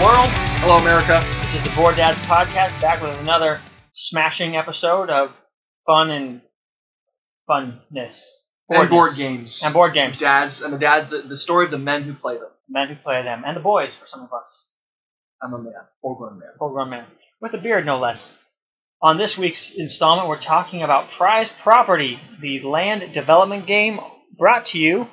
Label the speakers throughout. Speaker 1: world. Hello, America. This is the Board Dads podcast, back with another smashing episode of fun and funness
Speaker 2: and board
Speaker 1: Boardness.
Speaker 2: games.
Speaker 1: and board games.
Speaker 2: Dads and the dads, the, the story of the men who play them.
Speaker 1: Men who play them, and the boys for some of us,
Speaker 2: I'm a man, full grown man.
Speaker 1: full grown men with a beard, no less. On this week's installment, we're talking about Prize Property, the land development game brought to you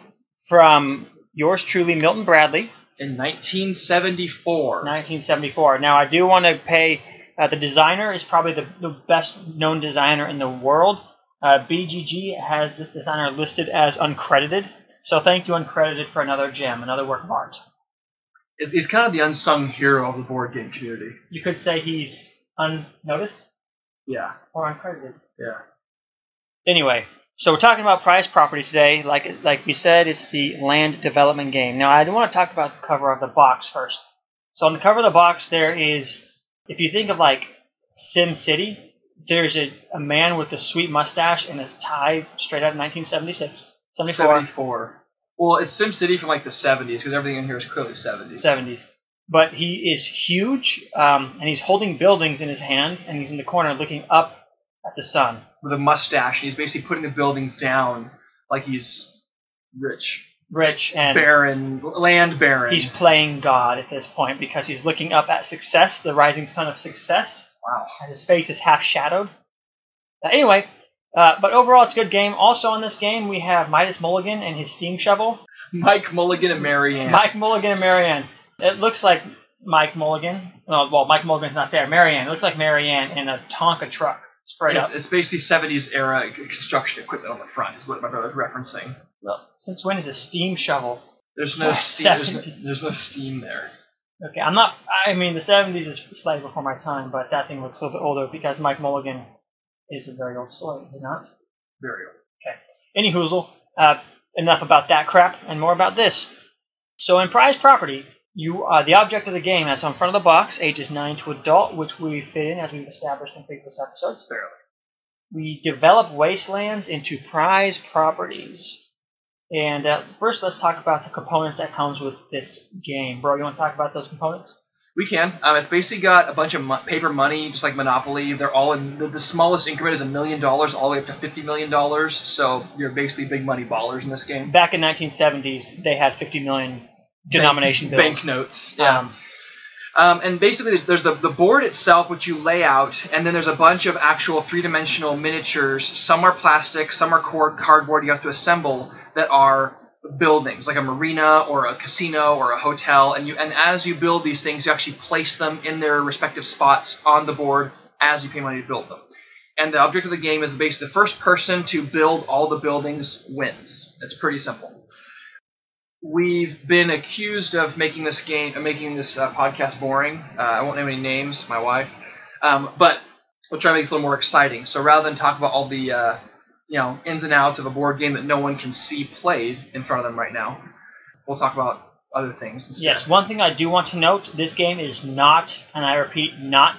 Speaker 1: from yours truly, Milton Bradley.
Speaker 2: In 1974,
Speaker 1: 1974. Now, I do want to pay. Uh, the designer is probably the, the best known designer in the world. Uh, BGG has this designer listed as uncredited. So thank you, uncredited, for another gem, another work of art.
Speaker 2: it- he's kind of the unsung hero of the board game community.
Speaker 1: You could say he's unnoticed
Speaker 2: Yeah,
Speaker 1: or uncredited.
Speaker 2: yeah.
Speaker 1: Anyway, so we're talking about prize property today. Like like we said, it's the land development game. Now, I want to talk about the cover of the box first. So on the cover of the box, there is, if you think of like Sim City, there's a, a man with a sweet mustache and a tie straight out of 1976, 74,
Speaker 2: 74. Well, it's SimCity from like the 70s because everything in here is clearly 70s.
Speaker 1: 70s. But he is huge, um, and he's holding buildings in his hand, and he's in the corner looking up at the sun.
Speaker 2: With a mustache, and he's basically putting the buildings down like he's rich,
Speaker 1: Rich and
Speaker 2: baron, land baron.
Speaker 1: He's playing God at this point because he's looking up at success, the rising sun of success,
Speaker 2: wow.
Speaker 1: and his face is half shadowed. Uh, anyway, uh, but overall, it's a good game. Also, in this game, we have Midas Mulligan and his steam shovel,
Speaker 2: Mike Mulligan and Marianne.
Speaker 1: Mike Mulligan and Marianne. It looks like Mike Mulligan. Well, well Mike Mulligan's not there. Marianne. It looks like Marianne in a Tonka truck, straight
Speaker 2: It's,
Speaker 1: up.
Speaker 2: it's basically 70s era construction equipment on the front is what my brother's referencing.
Speaker 1: Well, since when is a steam shovel?
Speaker 2: There's no steam. There's no,
Speaker 1: 70s.
Speaker 2: there's no steam there.
Speaker 1: Okay, I'm not. I mean, the 70s is slightly before my time, but that thing looks a little bit older because Mike Mulligan is a very old story, is it not?
Speaker 2: Very old.
Speaker 1: Any hoozle, uh, enough about that crap and more about this. So in prize property, you uh, the object of the game that's on front of the box, ages nine to adult, which we fit in as we've established in previous episodes.
Speaker 2: Barely.
Speaker 1: We develop wastelands into prize properties. And uh, first, let's talk about the components that comes with this game, bro. You want to talk about those components?
Speaker 2: We can. Um, it's basically got a bunch of mo- paper money, just like Monopoly. They're all in the, the smallest increment is a million dollars, all the way up to fifty million dollars. So you're basically big money ballers in this game.
Speaker 1: back in 1970s they had 50 million denomination
Speaker 2: bank,
Speaker 1: bills.
Speaker 2: notes. Yeah.
Speaker 1: Um,
Speaker 2: Um, and basically, there's, there's the, the board itself, which you lay out, and then there's a bunch of actual three dimensional miniatures. Some are plastic, some are cord, cardboard you have to assemble that are buildings, like a marina or a casino or a hotel. And, you, and as you build these things, you actually place them in their respective spots on the board as you pay money to build them. And the object of the game is basically the first person to build all the buildings wins. It's pretty simple we've been accused of making this game, uh, making this uh, podcast boring. Uh, I won't name any names, my wife, um, but we'll try to make it a little more exciting. So rather than talk about all the uh, you know ins and outs of a board game that no one can see played in front of them right now, we'll talk about other things instead.
Speaker 1: yes, one thing I do want to note: this game is not, and I repeat, not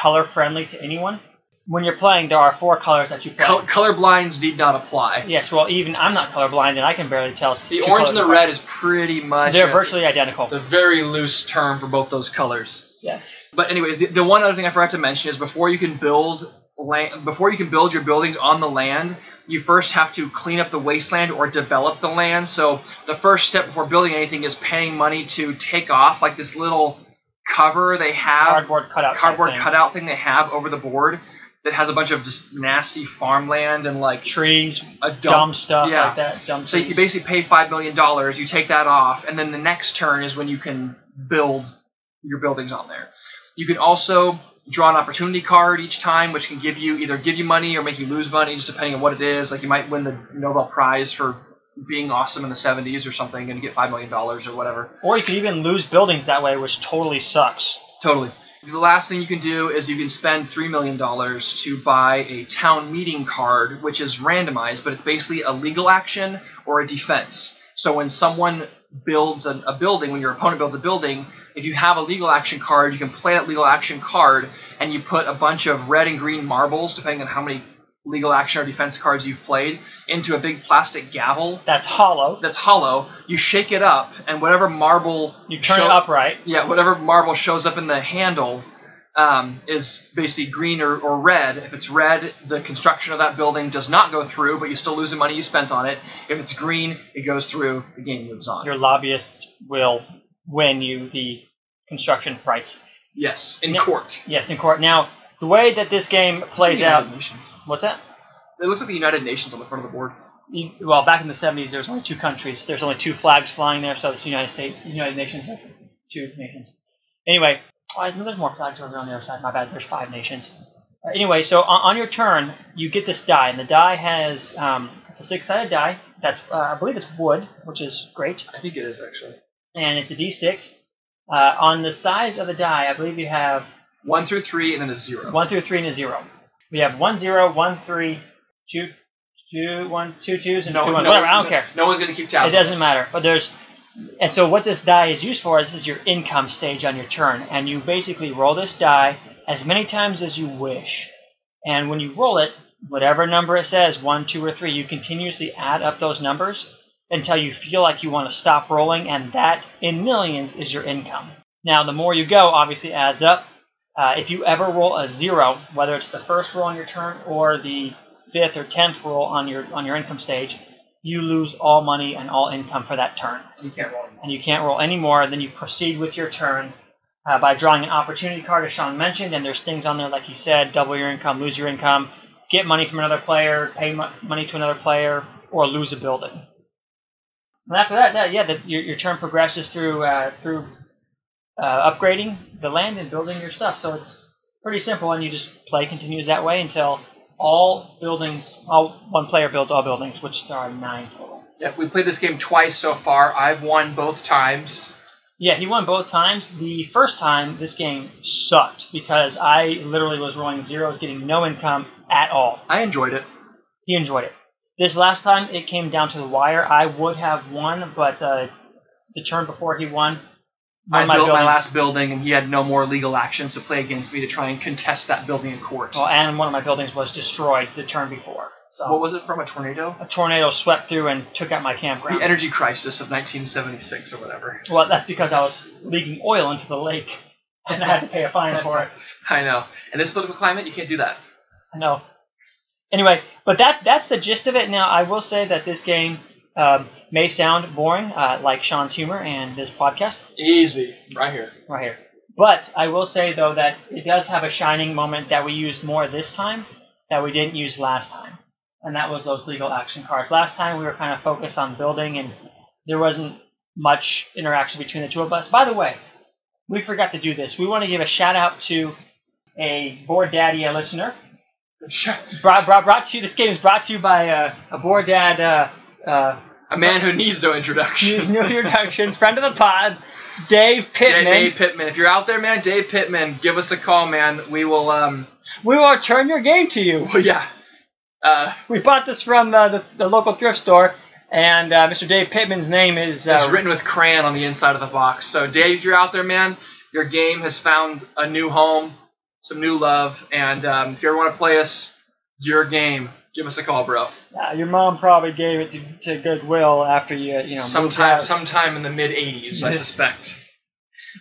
Speaker 1: color friendly to anyone. When you're playing, there are four colors that you play.
Speaker 2: Col- color blinds need not apply.
Speaker 1: yes, well, even I'm not colorblind, and I can barely tell.
Speaker 2: The orange and the red is pretty much
Speaker 1: They're
Speaker 2: a-
Speaker 1: virtually identical.
Speaker 2: It's a very loose term for both those colors.
Speaker 1: yes.
Speaker 2: But anyways, the, the one other thing I forgot to mention is before you can build land, before you can build your buildings on the land, you first have to clean up the wasteland or develop the land. So the first step before building anything is paying money to take off like this little cover they have,
Speaker 1: Cardboard cutout. type
Speaker 2: cardboard
Speaker 1: thing.
Speaker 2: cutout thing they have over the board that has a bunch of just nasty farmland and like
Speaker 1: Trees,
Speaker 2: a
Speaker 1: dumb,
Speaker 2: dump
Speaker 1: stuff
Speaker 2: yeah.
Speaker 1: like that. Dumb
Speaker 2: so you
Speaker 1: trees.
Speaker 2: basically pay five million dollars, you take that off, and then the next turn is when you can build your buildings on there. You can also draw an opportunity card each time, which can give you either give you money or make you lose money, just depending on what it is. Like you might win the Nobel Prize for being awesome in the '70s or something, and get five million dollars or whatever.
Speaker 1: or you could even lose buildings that way, which totally sucks.
Speaker 2: Totally. The last thing you can do is you can spend $3 million to buy a town meeting card, which is randomized, but it's basically a legal action or a defense. So when someone builds a, a building, when your opponent builds a building, if you have a legal action card, you can play that legal action card and you put a bunch of red and green marbles, depending on how many legal action or defense cards you've played into a big plastic gavel
Speaker 1: That's hollow.
Speaker 2: that's hollow. You shake it up, and whatever marble
Speaker 1: You turn
Speaker 2: show-
Speaker 1: it upright.
Speaker 2: yeah, whatever marble shows up in the handle um, is basically green or, or red. If it's red, the construction of that building does not go through, but you still lose the money you spent on it. If it's green, it goes through. The game moves on.
Speaker 1: Your lobbyists will win you the construction rights.
Speaker 2: yes, in
Speaker 1: Yeah.
Speaker 2: court.
Speaker 1: Yes, in court. Now, the way that this game plays
Speaker 2: It's like the
Speaker 1: out.
Speaker 2: United Nations.
Speaker 1: What's that?
Speaker 2: It looks like the United Nations on the front of the board.
Speaker 1: You- Well, back in the 70s, there was only two countries. There's only two flags flying there, so it's the United States, United Nations, two nations. Anyway, oh, I know there's more flags over on the other side. My bad. There's five nations. Uh, anyway, so on, on your turn, you get this die, and the die has um, it's a six-sided die. That's uh, I believe it's wood, which is great,
Speaker 2: I think it is actually
Speaker 1: and it's a D6. Uh, on the sides of the die, I believe you have
Speaker 2: one through three, and then a zero.
Speaker 1: one through three and a zero. We have one zero, one three, two, two, one, two twos, and
Speaker 2: No,
Speaker 1: two ones.
Speaker 2: no,
Speaker 1: Whatever, I don't care.
Speaker 2: No one's gonna keep tabs.
Speaker 1: It
Speaker 2: on
Speaker 1: doesn't
Speaker 2: this.
Speaker 1: matter. But there's, and so what this die is used for is, is your income stage on your turn, and you basically roll this die as many times as you wish, and when you roll it, whatever number it says, one, two, or three, you continuously add up those numbers until you feel like you want to stop rolling, and that in millions is your income. Now, the more you go, obviously adds up. Uh, if you ever roll a zero, whether it's the first roll on your turn or the fifth or tenth roll on your on your income stage, you lose all money and all income for that turn,
Speaker 2: You can't roll.
Speaker 1: and you can't roll any more. Then you proceed with your turn uh, by drawing an opportunity card, as Sean mentioned. And there's things on there, like he said, double your income, lose your income, get money from another player, pay mo- money to another player, or lose a building. And after that, that yeah, the, your, your turn progresses through uh, through uh, upgrading the land and building your stuff. So it's pretty simple, and you just play continues that way until all buildings, all one player builds all buildings, which there are nine total.
Speaker 2: Yeah, we played this game twice so far. I've won both times.
Speaker 1: Yeah, he won both times. The first time, this game sucked because I literally was rolling zeros, getting no income at all.
Speaker 2: I enjoyed it.
Speaker 1: He enjoyed it. This last time, it came down to the wire. I would have won, but uh, the turn before he won, one
Speaker 2: I
Speaker 1: of my
Speaker 2: built my
Speaker 1: buildings-
Speaker 2: last building, and he had no more legal actions to play against me to try and contest that building in court.
Speaker 1: well, and one of my buildings was destroyed the turn before. So
Speaker 2: what was it from a tornado?
Speaker 1: a tornado swept through and took out my campground.
Speaker 2: The energy crisis of 1976 or whatever.
Speaker 1: well, that's because I was leaking oil into the lake, and I had to pay a fine for it.
Speaker 2: I know. In this political climate, you can't do that.
Speaker 1: I know. Anyway, but that that's the gist of it. Now, I will say that this game um, may sound boring, uh, like Sean's humor and this podcast
Speaker 2: Easy, right here.
Speaker 1: right here. But I will say though that it does have a shining moment that we used more this time that we didn't use last time, and that was those legal action cards. Last time we were kind of focused on building, and there wasn't much interaction between the two of us. By the way, we forgot to do this. We want to give a shout out to a Board Daddy a listener brought, brought, brought to you. This game is brought to you by uh, a board dad, uh, uh,
Speaker 2: A man who needs no introduction.
Speaker 1: news new introduction, friend of the pod, Dave Pittman.
Speaker 2: Dave Pittman. If you're out there, man, Dave Pittman, give us a call, man. We will, um,
Speaker 1: We will return your game to you.
Speaker 2: well, yeah. Uh,
Speaker 1: We bought this from uh, the, the local thrift store, and uh, Mr. Dave Pittman's name is. Uh,
Speaker 2: It's written with crayon on the inside of the box. So, Dave, if you're out there, man, your game has found a new home, some new love, and um, if you ever want to play us, your game, give us a call, bro.
Speaker 1: uh, your mom probably gave it to, to Goodwill after you, you know. moved
Speaker 2: sometime,
Speaker 1: out.
Speaker 2: sometime in the mid '80s, I suspect.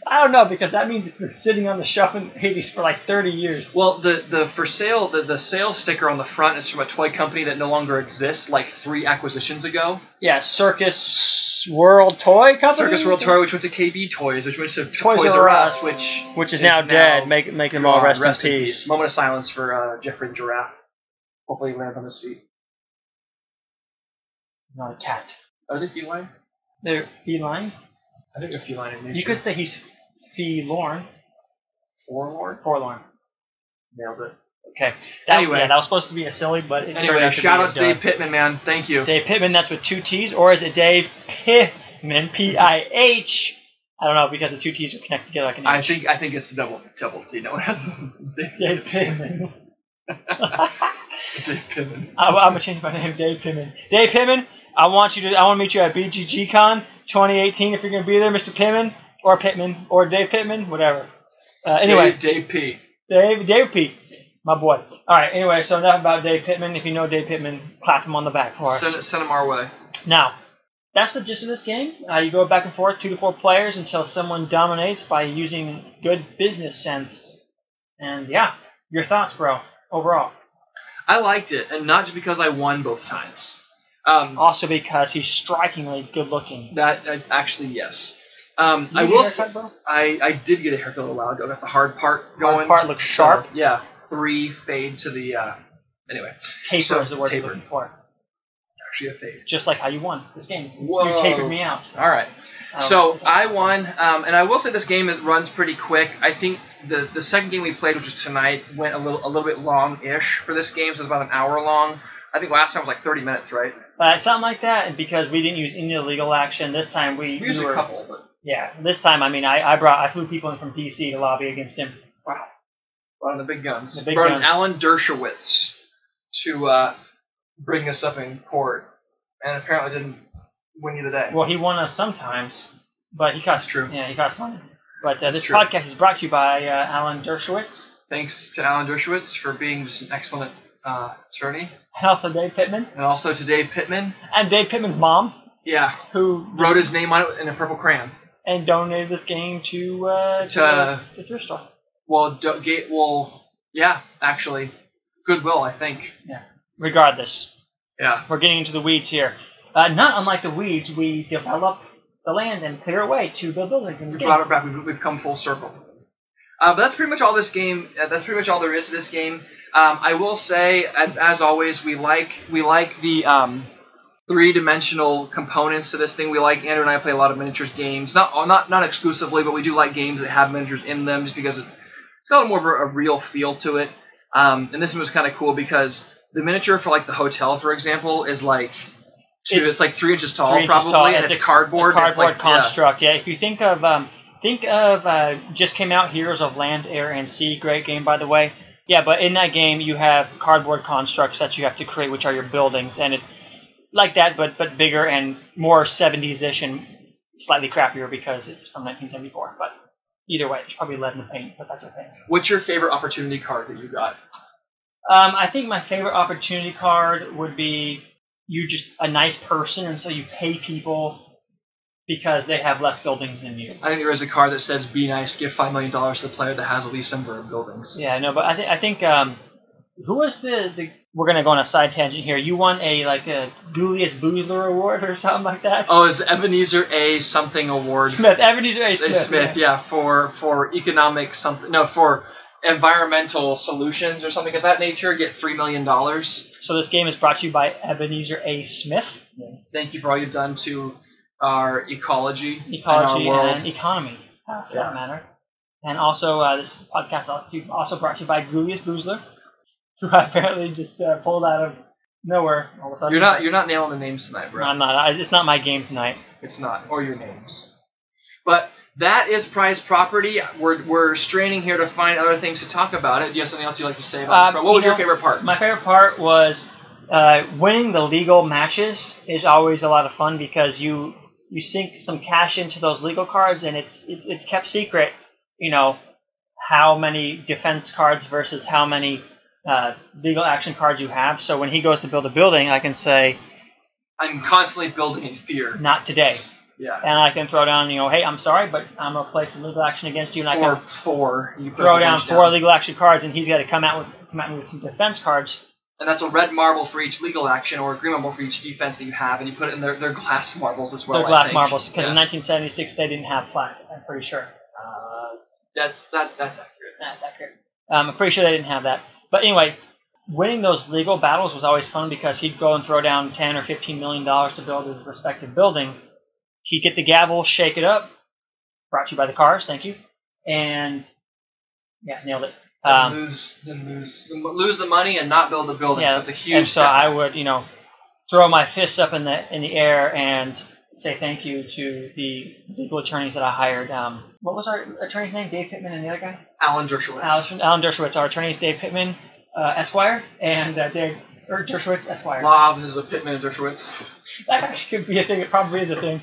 Speaker 1: I don't know because that means it's been sitting on the shelf in the 80s for like 30 years.
Speaker 2: Well, the the for sale the the sale sticker on the front is from a toy company that no longer exists, like three acquisitions ago.
Speaker 1: Yeah, Circus World Toy Company.
Speaker 2: Circus World Toy, which went to KB Toys, which went to
Speaker 1: Toys
Speaker 2: Toys,
Speaker 1: R
Speaker 2: R Us,
Speaker 1: Us.
Speaker 2: which
Speaker 1: which is, now, dead. Make make them all
Speaker 2: gone.
Speaker 1: rest, in peace.
Speaker 2: Moment of silence for uh, Jeffrey the Giraffe. Hopefully, he lands on his feet.
Speaker 1: Not a cat.
Speaker 2: Are they feline?
Speaker 1: They're feline.
Speaker 2: I think they're feline in nature.
Speaker 1: You could say he's forlorn.
Speaker 2: forlorn.
Speaker 1: Forlorn.
Speaker 2: Nailed it.
Speaker 1: Okay. That,
Speaker 2: Anyway.
Speaker 1: yeah, that was supposed to be a silly, but it turned
Speaker 2: Anyway,
Speaker 1: out to
Speaker 2: shout
Speaker 1: be
Speaker 2: out
Speaker 1: a
Speaker 2: to
Speaker 1: dud.
Speaker 2: Dave Pittman, man. Thank you.
Speaker 1: Dave Pittman. That's with two T's, or is it Dave Pittman? P I H. I don't know because the two T's are connected together like an
Speaker 2: I
Speaker 1: H.
Speaker 2: think I think it's double double T. No one has
Speaker 1: Dave Pittman.
Speaker 2: Dave Pittman.
Speaker 1: I, am gonna change my name, Dave Pittman. Dave Pittman, I want you to. I want to meet you at BGG Con 2018 if you're gonna be there, Mr. Pittman or Pittman or Dave Pittman, whatever. Uh, anyway,
Speaker 2: Dave, Dave P.
Speaker 1: Dave, Dave P. My boy. All right. Anyway, so enough about Dave Pittman. If you know Dave Pittman, clap him on the back for us.
Speaker 2: Send, it- send them our way.
Speaker 1: Now, that's the gist of this game. Uh, you go back and forth, two to four players, until someone dominates by using good business sense. And yeah, your thoughts, bro, overall.
Speaker 2: I liked it, and not just because I won both times. Um,
Speaker 1: Also because he's strikingly good looking.
Speaker 2: That uh, actually yes. Um, I
Speaker 1: You
Speaker 2: will.
Speaker 1: get a
Speaker 2: Say,
Speaker 1: haircut, bro?
Speaker 2: I I did get a haircut a little while ago. I got the hard part going.
Speaker 1: Hard part looks sharp.
Speaker 2: So, yeah, three fade to the. Uh, anyway,
Speaker 1: Taper
Speaker 2: so,
Speaker 1: is the word
Speaker 2: taper.
Speaker 1: you're looking for.
Speaker 2: it's actually a fade.
Speaker 1: Just like how you won this game. You
Speaker 2: Whoa.
Speaker 1: tapered me out.
Speaker 2: All right.
Speaker 1: Um,
Speaker 2: So I won, um, and I will say this game it runs pretty quick. I think the the second game we played, which was tonight, went a little a little bit long ish for this game. So it was about an hour long. I think last time was like thirty minutes, right?
Speaker 1: Uh, something like that, and because we didn't use any illegal action this time, we,
Speaker 2: We used
Speaker 1: we
Speaker 2: a
Speaker 1: were-
Speaker 2: couple, but
Speaker 1: Yeah, this time I mean I, I brought I flew people in from DC to lobby against him.
Speaker 2: wow, brought in the big guns.
Speaker 1: The big
Speaker 2: brought in
Speaker 1: guns.
Speaker 2: Alan Dershowitz to uh, bring us up in court, and apparently didn't win you the day.
Speaker 1: Well, he won us sometimes, but he costs
Speaker 2: It's true.
Speaker 1: Yeah, he costs money. But uh,
Speaker 2: It's
Speaker 1: this
Speaker 2: true.
Speaker 1: podcast is brought to you by uh, Alan Dershowitz
Speaker 2: Thanks to Alan Dershowitz for being just an excellent uh, attorney,
Speaker 1: and also Dave Pittman
Speaker 2: and also to Dave Pittman.
Speaker 1: and Dave Pittman's mom
Speaker 2: Yeah,
Speaker 1: who
Speaker 2: wrote his name on it in a purple crayon.
Speaker 1: and donated this game to uh,
Speaker 2: To-
Speaker 1: the- the thrift store.
Speaker 2: Well, do, gate. Well, yeah, actually, Goodwill, I think.
Speaker 1: Regardless,
Speaker 2: Yeah,
Speaker 1: we're getting into the weeds here. Uh, not unlike the weeds, we develop the land and clear away to build buildings in this
Speaker 2: we
Speaker 1: game.
Speaker 2: brought it back. We've, we've come full circle. Uh, but that's pretty much all this game. Uh, that's pretty much all there is to this game. Um, I will say, a- as always, we like we like the um, three-dimensional components to this thing. We like Andrew and I play a lot of miniatures games. Not oh, not not exclusively, but we do like games that have miniatures in them, just because it, it's got more of a, a real feel to it. Um, and this one was kind of cool because the miniature for like the hotel, for example, is like two, it's,
Speaker 1: It's
Speaker 2: like three inches tall,
Speaker 1: three inches
Speaker 2: probably,
Speaker 1: tall.
Speaker 2: and
Speaker 1: It's
Speaker 2: it's,
Speaker 1: a-
Speaker 2: cardboard.
Speaker 1: A
Speaker 2: and it's,
Speaker 1: cardboard
Speaker 2: like, yeah.
Speaker 1: construct. Yeah. if you think of um, think of uh, just came out Heroes of Land, Air, and Sea. Great game, by the way. Yeah, but in that game you have cardboard constructs that you have to create, which are your buildings, and it like that, but but bigger and more 70s-ish and slightly crappier because it's from 1974. But either way, it's probably lead in the paint, but that's okay.
Speaker 2: What's your favorite opportunity card that you got?
Speaker 1: Um, I think my favorite opportunity card would be you just a nice person, and so you pay people because they have less buildings than you.
Speaker 2: I think there is a card that says "Be nice, give five million dollars to the player that has the least number of buildings."
Speaker 1: Yeah, no, but I think I think um, who was the, the we're gonna go on a side tangent here. You won a like a Julius Boozler award or something like that.
Speaker 2: Oh, is Ebenezer A. something award?
Speaker 1: Smith, Ebenezer A.
Speaker 2: A.
Speaker 1: Smith.
Speaker 2: Smith, yeah. for for economic something, no, for environmental solutions or something of that nature. Get three million dollars.
Speaker 1: So this game is brought to you by Ebenezer A. Smith,
Speaker 2: Thank you for all you've done to our ecology, and our
Speaker 1: ecology
Speaker 2: world.
Speaker 1: and economy, uh, for
Speaker 2: Yeah.
Speaker 1: that matter. And also, uh, this podcast al- also brought to you by Julius Boozler, who I apparently just uh, pulled out of nowhere all of a sudden.
Speaker 2: You're not you're not nailing the names tonight, bro.
Speaker 1: I'm not. I, it's not my game tonight.
Speaker 2: It's not, or your names. But that is prize property. We're, we're straining here to find other things to talk about it. Do you have something else you'd like to say about
Speaker 1: Um,
Speaker 2: this? pro- What was
Speaker 1: you
Speaker 2: your
Speaker 1: know,
Speaker 2: favorite part?
Speaker 1: My favorite part was uh, winning the legal matches is always a lot of fun because you you sink some cash into those legal cards and it's it's, it's kept secret. You know how many defense cards versus how many uh, legal action cards you have. So when he goes to build a building, I can say
Speaker 2: I'm constantly building in fear.
Speaker 1: not today,
Speaker 2: Yeah.
Speaker 1: and I can throw down you know hey I'm sorry, but I'm gonna play some legal action against you, and I
Speaker 2: Or
Speaker 1: can
Speaker 2: four. You put a
Speaker 1: throw down
Speaker 2: bunch
Speaker 1: four legal action cards, and he's got to come out with come at me with some defense cards.
Speaker 2: And that's a red marble for each legal action or a green marble for each defense that you have. And you put it in their, their glass marbles as well.
Speaker 1: They're
Speaker 2: I
Speaker 1: glass
Speaker 2: think.
Speaker 1: marbles because
Speaker 2: Yeah.
Speaker 1: in 1976 they didn't have plastic. I'm pretty sure. Uh,
Speaker 2: That's, that, that's accurate.
Speaker 1: that's accurate. Um, I'm pretty sure they didn't have that. But anyway, winning those legal battles was always fun because he'd go and throw down 10 or 15 million dollars to build his respective building. He'd get the gavel, shake it up. Brought to you by the cars, thank you. And yeah, nailed it. Um,
Speaker 2: And lose, then lose, then lose the money and not build the building. so it's a huge
Speaker 1: and so
Speaker 2: setback.
Speaker 1: I would, you know, throw my fists up in the in the air and say thank you to the legal attorneys that I hired. Um, what was our attorney's name? Dave Pittman and the other guy,
Speaker 2: Alan Dershowitz.
Speaker 1: Alan, Alan Dershowitz. Our attorneys, Dave Pittman, uh, Esquire, and uh, Dave or Dershowitz Esquire.
Speaker 2: Wow, this is a Pittman and Dershowitz.
Speaker 1: That actually could be a thing. It probably is a thing.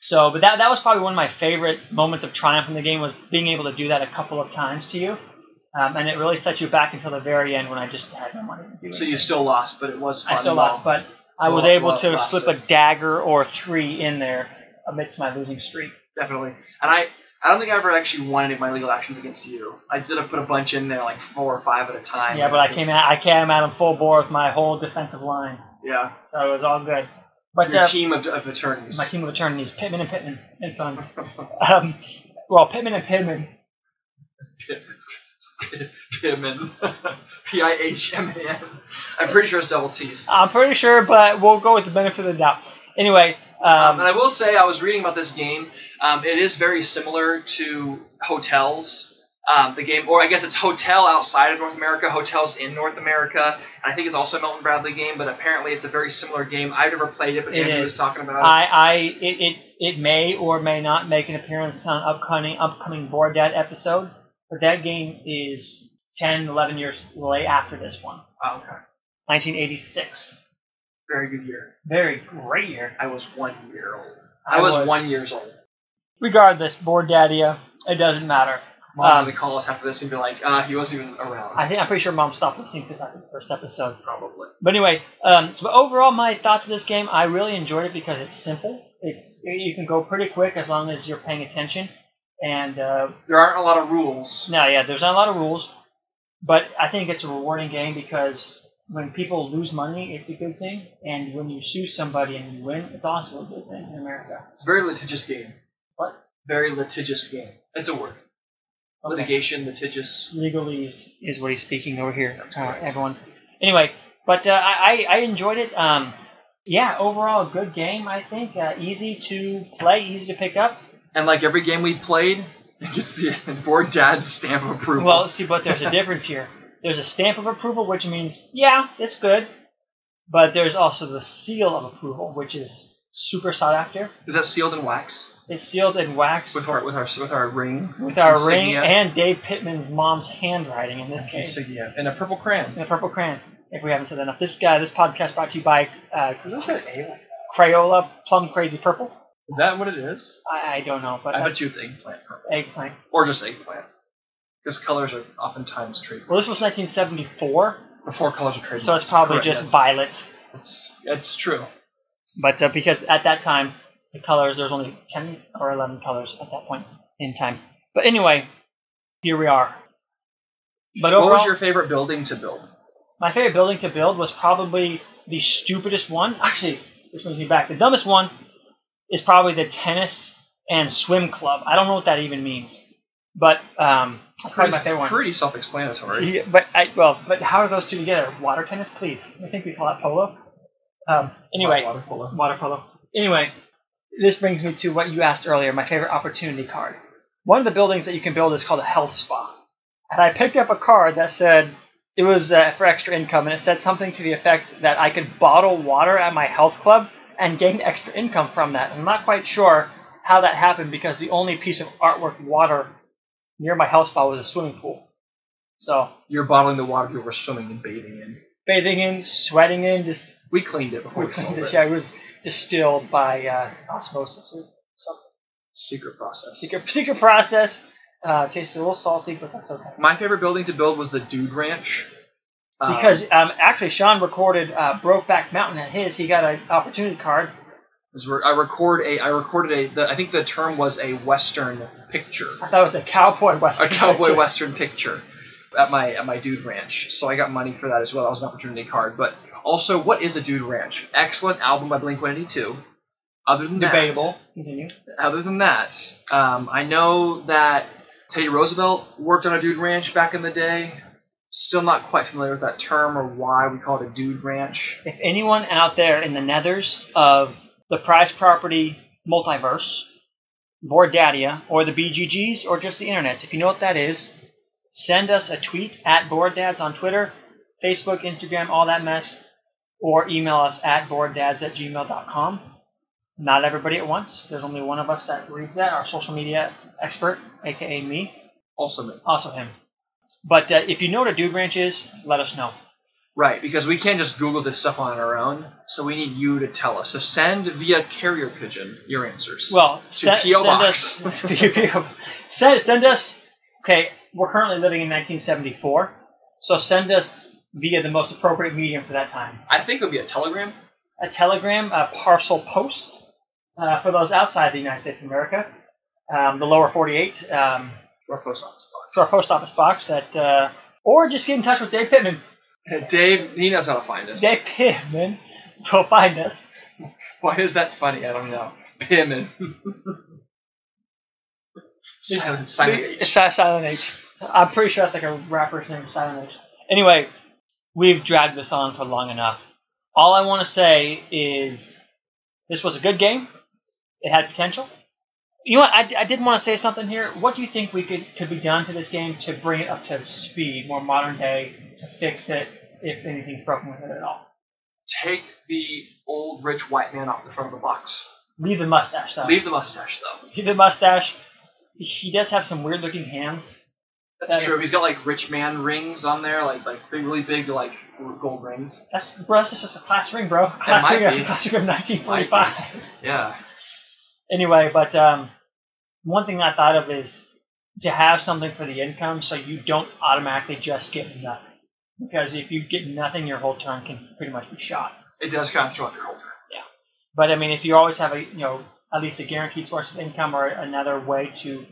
Speaker 1: So, but that that was probably one of my favorite moments of triumph in the game was being able to do that a couple of times to you. um, and it really set you back until the very end when I just had no money to do it.
Speaker 2: So you still lost, but it was fun.
Speaker 1: I still
Speaker 2: while-
Speaker 1: lost, but I
Speaker 2: Well,
Speaker 1: was able
Speaker 2: well,
Speaker 1: to
Speaker 2: lost
Speaker 1: slip
Speaker 2: it.
Speaker 1: a dagger or three in there amidst my losing streak.
Speaker 2: definitely. And I, I don't think I ever actually won any of my legal actions against you. I did have put a bunch in there, like four or five at a time.
Speaker 1: Yeah, but I came out I came out on full bore with my whole defensive line,
Speaker 2: Yeah,
Speaker 1: so it was all good. But
Speaker 2: your
Speaker 1: uh,
Speaker 2: team of, of attorneys.
Speaker 1: my team of attorneys, Pittman and Pittman and Sons. Um, well, Pittman and Pittman.
Speaker 2: Pittman. P I H M A N. I'm pretty sure it's double T's.
Speaker 1: I'm pretty sure, but we'll go with the benefit of the doubt. Anyway, um,
Speaker 2: Um, and I will say, I was reading about this game. Um, it is very similar to Hotels, um, the game, or I guess it's Hotel outside of North America, Hotels in North America. And I think it's also a Milton Bradley game, but apparently it's a very similar game. I've never played it, but
Speaker 1: It
Speaker 2: Andrew
Speaker 1: is. Uh,
Speaker 2: was talking about it.
Speaker 1: I, I it, it, it may or may not make an appearance on upcoming upcoming Board Dad episode, but that game is 10, 11 years late after this one.
Speaker 2: Oh, okay.
Speaker 1: 1986.
Speaker 2: Very good year.
Speaker 1: Very great year.
Speaker 2: I was one year old. I, was, one years old.
Speaker 1: Regardless, Board Daddia, it doesn't matter.
Speaker 2: Mom's
Speaker 1: Um,
Speaker 2: gonna call us after this and be like, uh, he wasn't even around.
Speaker 1: I think I'm pretty sure Mom stopped listening to the first episode.
Speaker 2: Probably.
Speaker 1: But anyway, um, so overall, my thoughts of this game, I really enjoyed it because it's simple. It's you can go pretty quick as long as you're paying attention, and uh,
Speaker 2: There aren't a lot of rules.
Speaker 1: No, yeah, there's not a lot of rules, but I think it's a rewarding game because when people lose money, it's a good thing, and when you sue somebody and you win, it's also a good thing in America.
Speaker 2: It's a very litigious game.
Speaker 1: What?
Speaker 2: Very litigious game. That's a word. Litigation, litigious.
Speaker 1: Legalese is what he's speaking over here.
Speaker 2: That's
Speaker 1: Uh,
Speaker 2: correct.
Speaker 1: everyone. Anyway, but uh, I I I enjoyed it. Um, yeah, overall a good game. I think uh, easy to play, easy to pick up.
Speaker 2: And like every game we played, it gets the board dad's stamp of approval.
Speaker 1: Well, see, but there's a difference here. There's a stamp of approval, which means, yeah, it's good. But there's also the seal of approval, which is super sought after.
Speaker 2: is that sealed in wax
Speaker 1: It's sealed in wax
Speaker 2: with our with our with our ring,
Speaker 1: with our ring
Speaker 2: insignia,
Speaker 1: and Dave Pittman's mom's handwriting in this case.
Speaker 2: insignia, and a purple crayon.
Speaker 1: In a purple crayon, if we haven't said that enough. This guy, this podcast brought to you by uh,
Speaker 2: Is that, an A?
Speaker 1: Crayola Plum Crazy Purple.
Speaker 2: Is that what it is?
Speaker 1: I, I don't know, but
Speaker 2: I bet
Speaker 1: that's
Speaker 2: you it's eggplant purple.
Speaker 1: eggplant.
Speaker 2: or just eggplant. Because colors are oftentimes trademark.
Speaker 1: Well, this was 1974,
Speaker 2: Before colors are trademark.
Speaker 1: so it's probably
Speaker 2: Correct,
Speaker 1: just
Speaker 2: yes.
Speaker 1: violet.
Speaker 2: It's, it's true.
Speaker 1: But uh, because at that time, the colors, there's only 10 or 11 colors at that point in time. But anyway, here we are. But overall,
Speaker 2: what was your favorite building to build?
Speaker 1: my favorite building to build was probably the stupidest one. Actually, this brings me back. The dumbest one is probably the tennis and swim club. I don't know what that even means. But um, that's probably my
Speaker 2: Pretty-
Speaker 1: favorite one.
Speaker 2: Pretty self-explanatory.
Speaker 1: Yeah, but I, well, but how are those two together? Water tennis, please. I think we call that polo. Um, anyway,
Speaker 2: Water polo.
Speaker 1: water polo. Anyway, this brings me to what you asked earlier, my favorite opportunity card. One of the buildings that you can build is called a health spa. And I picked up a card that said it was uh, for extra income, and it said something to the effect that I could bottle water at my health club and gain extra income from that. I'm not quite sure how that happened because the only piece of artwork water near my health spa was a swimming pool. So
Speaker 2: You're bottling the water people were swimming and bathing in.
Speaker 1: bathing in, sweating in, just
Speaker 2: We cleaned it before we sold it.
Speaker 1: yeah, it was distilled by uh, osmosis or something.
Speaker 2: Secret process.
Speaker 1: Secret, secret process. Uh, tastes a little salty, but that's okay.
Speaker 2: My favorite building to build was the Dude Ranch. Um,
Speaker 1: Because um, actually, Sean recorded uh, "Brokeback Mountain" at his. He got an opportunity card.
Speaker 2: is where I record a, I recorded a, the, I think the term was a Western picture.
Speaker 1: I thought it was a cowboy western.
Speaker 2: a cowboy
Speaker 1: picture.
Speaker 2: western picture at my at my dude ranch. So I got money for that as well. That was an opportunity card. But also, what is a dude ranch? Excellent album by Blink One Eighty Two. Other than
Speaker 1: Debatable. Mm-hmm. Continue.
Speaker 2: That, other than that, um, I know that Teddy Roosevelt worked on a dude ranch back in the day. Still not quite familiar with that term or why we call it a dude ranch.
Speaker 1: If anyone out there in the nethers of the Prize Property Multiverse, Boardadia, or the BGGs, or just the internets, if you know what that is, send us a tweet at Boarddads on Twitter, Facebook, Instagram, all that mess, or email us at boarddads at gmail.com. Not everybody at once. There's only one of us that reads that, our social media expert, aka me,
Speaker 2: Also,
Speaker 1: also him. But uh, if you know what a dude ranch is, let us know.
Speaker 2: Right, because we can't just Google this stuff on our own, so we need you to tell us. So send via carrier pigeon your answers.
Speaker 1: Well,
Speaker 2: To
Speaker 1: send,
Speaker 2: P.O.
Speaker 1: send
Speaker 2: Box.
Speaker 1: us send, send us okay we're currently living in 1974, so send us via the most appropriate medium for that time.
Speaker 2: I think it would be a telegram.
Speaker 1: A telegram, a parcel post uh, for those outside the United States of America, um, the lower 48, um,
Speaker 2: Or a post office box.
Speaker 1: to our post office box at, uh, or just get in touch with Dave Pittman.
Speaker 2: Dave, he knows how to find us.
Speaker 1: Dave Pittman will find us.
Speaker 2: Why is that funny? I don't know. Pimmon. silent, silent.
Speaker 1: Si- Silent H. I'm pretty sure that's like a rapper's name, Silent H. Anyway, we've dragged this on for long enough. All I want to say is this was a good game. It had potential. You know what? I, I did want to say something here. What do you think we could could be done to this game to bring it up to speed, more modern day, to fix it if anything's broken with it at all?
Speaker 2: Take the old rich white man off the front of the box.
Speaker 1: Leave the mustache though.
Speaker 2: Leave the mustache though.
Speaker 1: Leave the mustache. He does have some weird looking hands.
Speaker 2: That's
Speaker 1: That-
Speaker 2: true. He's got like rich man rings on there, like like big, really big like gold rings.
Speaker 1: That's bro, that's just a class ring, bro. Class
Speaker 2: might
Speaker 1: ring, of,
Speaker 2: be.
Speaker 1: class ring of 1945.
Speaker 2: Yeah.
Speaker 1: Anyway, but um, one thing I thought of is to have something for the income, so you don't automatically just get nothing. Because if you get nothing, your whole turn can pretty much be shot.
Speaker 2: It does kind of throw up your whole turn.
Speaker 1: But I mean, if you always have a you know at least a guaranteed source of income or another way to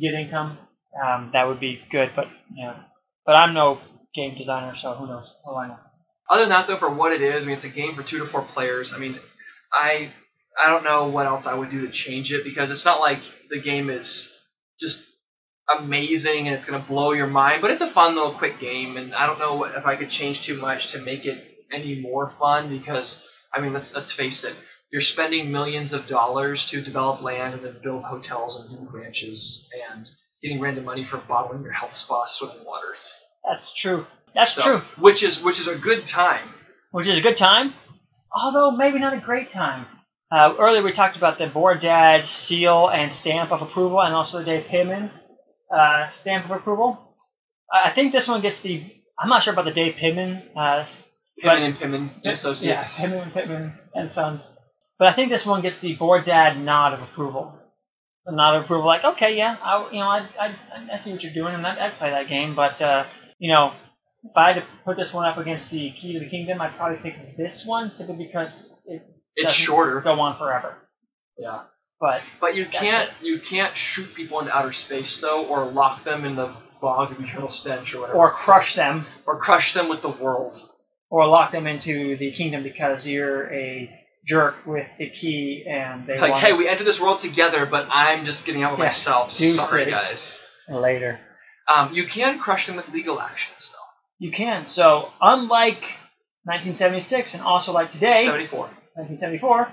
Speaker 1: get income, um, that would be good. But you know, but I'm no game designer, so who knows? What do I know?
Speaker 2: Other than that though, for what it is, I mean, it's a game for two to four players. I mean, I I don't know what else I would do to change it because it's not like the game is just amazing and it's gonna blow your mind, but it's a fun little quick game, and I don't know what, if I could change too much to make it any more fun because I mean, let's let's face it. You're spending millions of dollars to develop land and then build hotels and new ranches and getting random money for bottling your health spa swimming waters.
Speaker 1: That's true. That's
Speaker 2: So,
Speaker 1: true.
Speaker 2: Which is which is a good time.
Speaker 1: which is a good time, although maybe not a great time. Uh, earlier we talked about the board dad seal and stamp of approval, and also the Dave Pittman uh, stamp of approval. I I think this one gets the. I'm not sure about the Dave Pittman. Uh, s-
Speaker 2: Pittman and Pittman and Associates.
Speaker 1: Yeah, Pittman, Pittman and Sons. But I think this one gets the board dad nod of approval. The nod of approval, like okay, yeah, I, you know, I, I, I see what you're doing, and I, I'd play that game. But uh, you know, if I had to put this one up against the Key to the Kingdom, I'd probably pick this one simply because it
Speaker 2: it's
Speaker 1: doesn't
Speaker 2: shorter.
Speaker 1: go on forever.
Speaker 2: Yeah.
Speaker 1: But
Speaker 2: But you
Speaker 1: Gotcha.
Speaker 2: can't you can't shoot people into outer space though, or lock them in the bog of eternal stench or whatever.
Speaker 1: or
Speaker 2: it's
Speaker 1: crush them,
Speaker 2: called. or crush them with the world.
Speaker 1: or lock them into the kingdom because you're a jerk with the key, and they
Speaker 2: Like,
Speaker 1: want
Speaker 2: hey,
Speaker 1: it
Speaker 2: we entered this world together, but I'm just getting out with
Speaker 1: Yeah.
Speaker 2: myself.
Speaker 1: Deuces.
Speaker 2: Sorry, guys.
Speaker 1: later.
Speaker 2: Um, you can crush them with legal actions though.
Speaker 1: You can. So, unlike 1976 and also like today,
Speaker 2: Seventy four.
Speaker 1: 1974,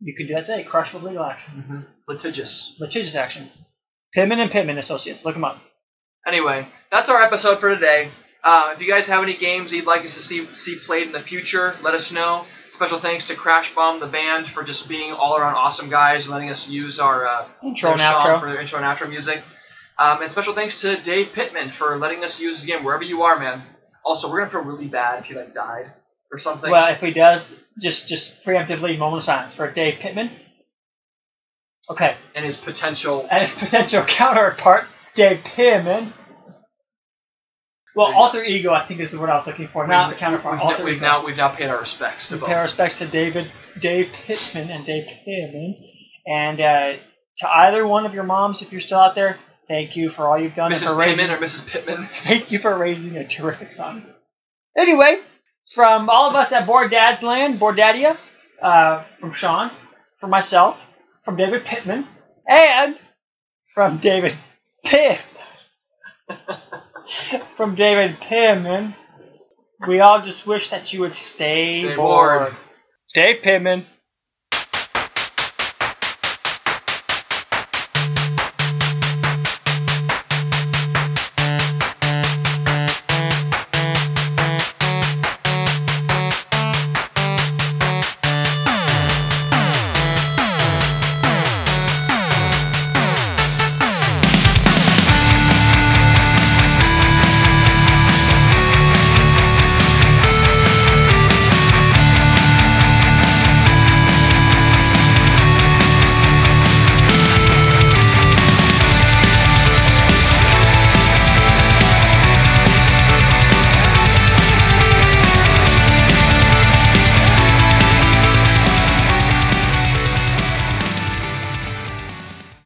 Speaker 1: you can do that today. Crush with legal action,
Speaker 2: Litigious.
Speaker 1: litigious action. Pittman and Pittman Associates. Look them up.
Speaker 2: Anyway, that's our episode for today. Uh, if you guys have any games you'd like us to see see played in the future, let us know. Special thanks to Crash Bomb the band for just being all around awesome guys and letting us use our uh,
Speaker 1: Intro and
Speaker 2: their song
Speaker 1: outro.
Speaker 2: for their intro and outro music. Um, and special thanks to Dave Pittman for letting us use his game wherever you are, man. Also, we're gonna feel really bad if he like died or something.
Speaker 1: well, if he does, just just preemptively, moment of silence for Dave Pittman. Okay,
Speaker 2: and his potential.
Speaker 1: and his potential counterpart, Dave Pittman. Well,
Speaker 2: Right.
Speaker 1: alter ego, I think is what I was looking for, not
Speaker 2: we've-
Speaker 1: counterpart.
Speaker 2: We've,
Speaker 1: alter
Speaker 2: we've
Speaker 1: ego.
Speaker 2: now we've now paid our respects to
Speaker 1: to
Speaker 2: both.
Speaker 1: pay our respects to David, Dave Pittman, and Dave Pittman, and uh, to either one of your moms, if you're still out there, thank you for all you've done and for
Speaker 2: Mrs.
Speaker 1: raising.
Speaker 2: Pittman or Mrs. Pittman.
Speaker 1: thank you for raising a terrific son. Anyway, from all of us at Board Dad's Land, Board Daddia, uh, from Sean, from myself, from David Pittman, and from David Pim, from David Pittman. We all just wish that you would stay,
Speaker 2: Stay
Speaker 1: bored.
Speaker 2: bored.
Speaker 1: Dave Pittman.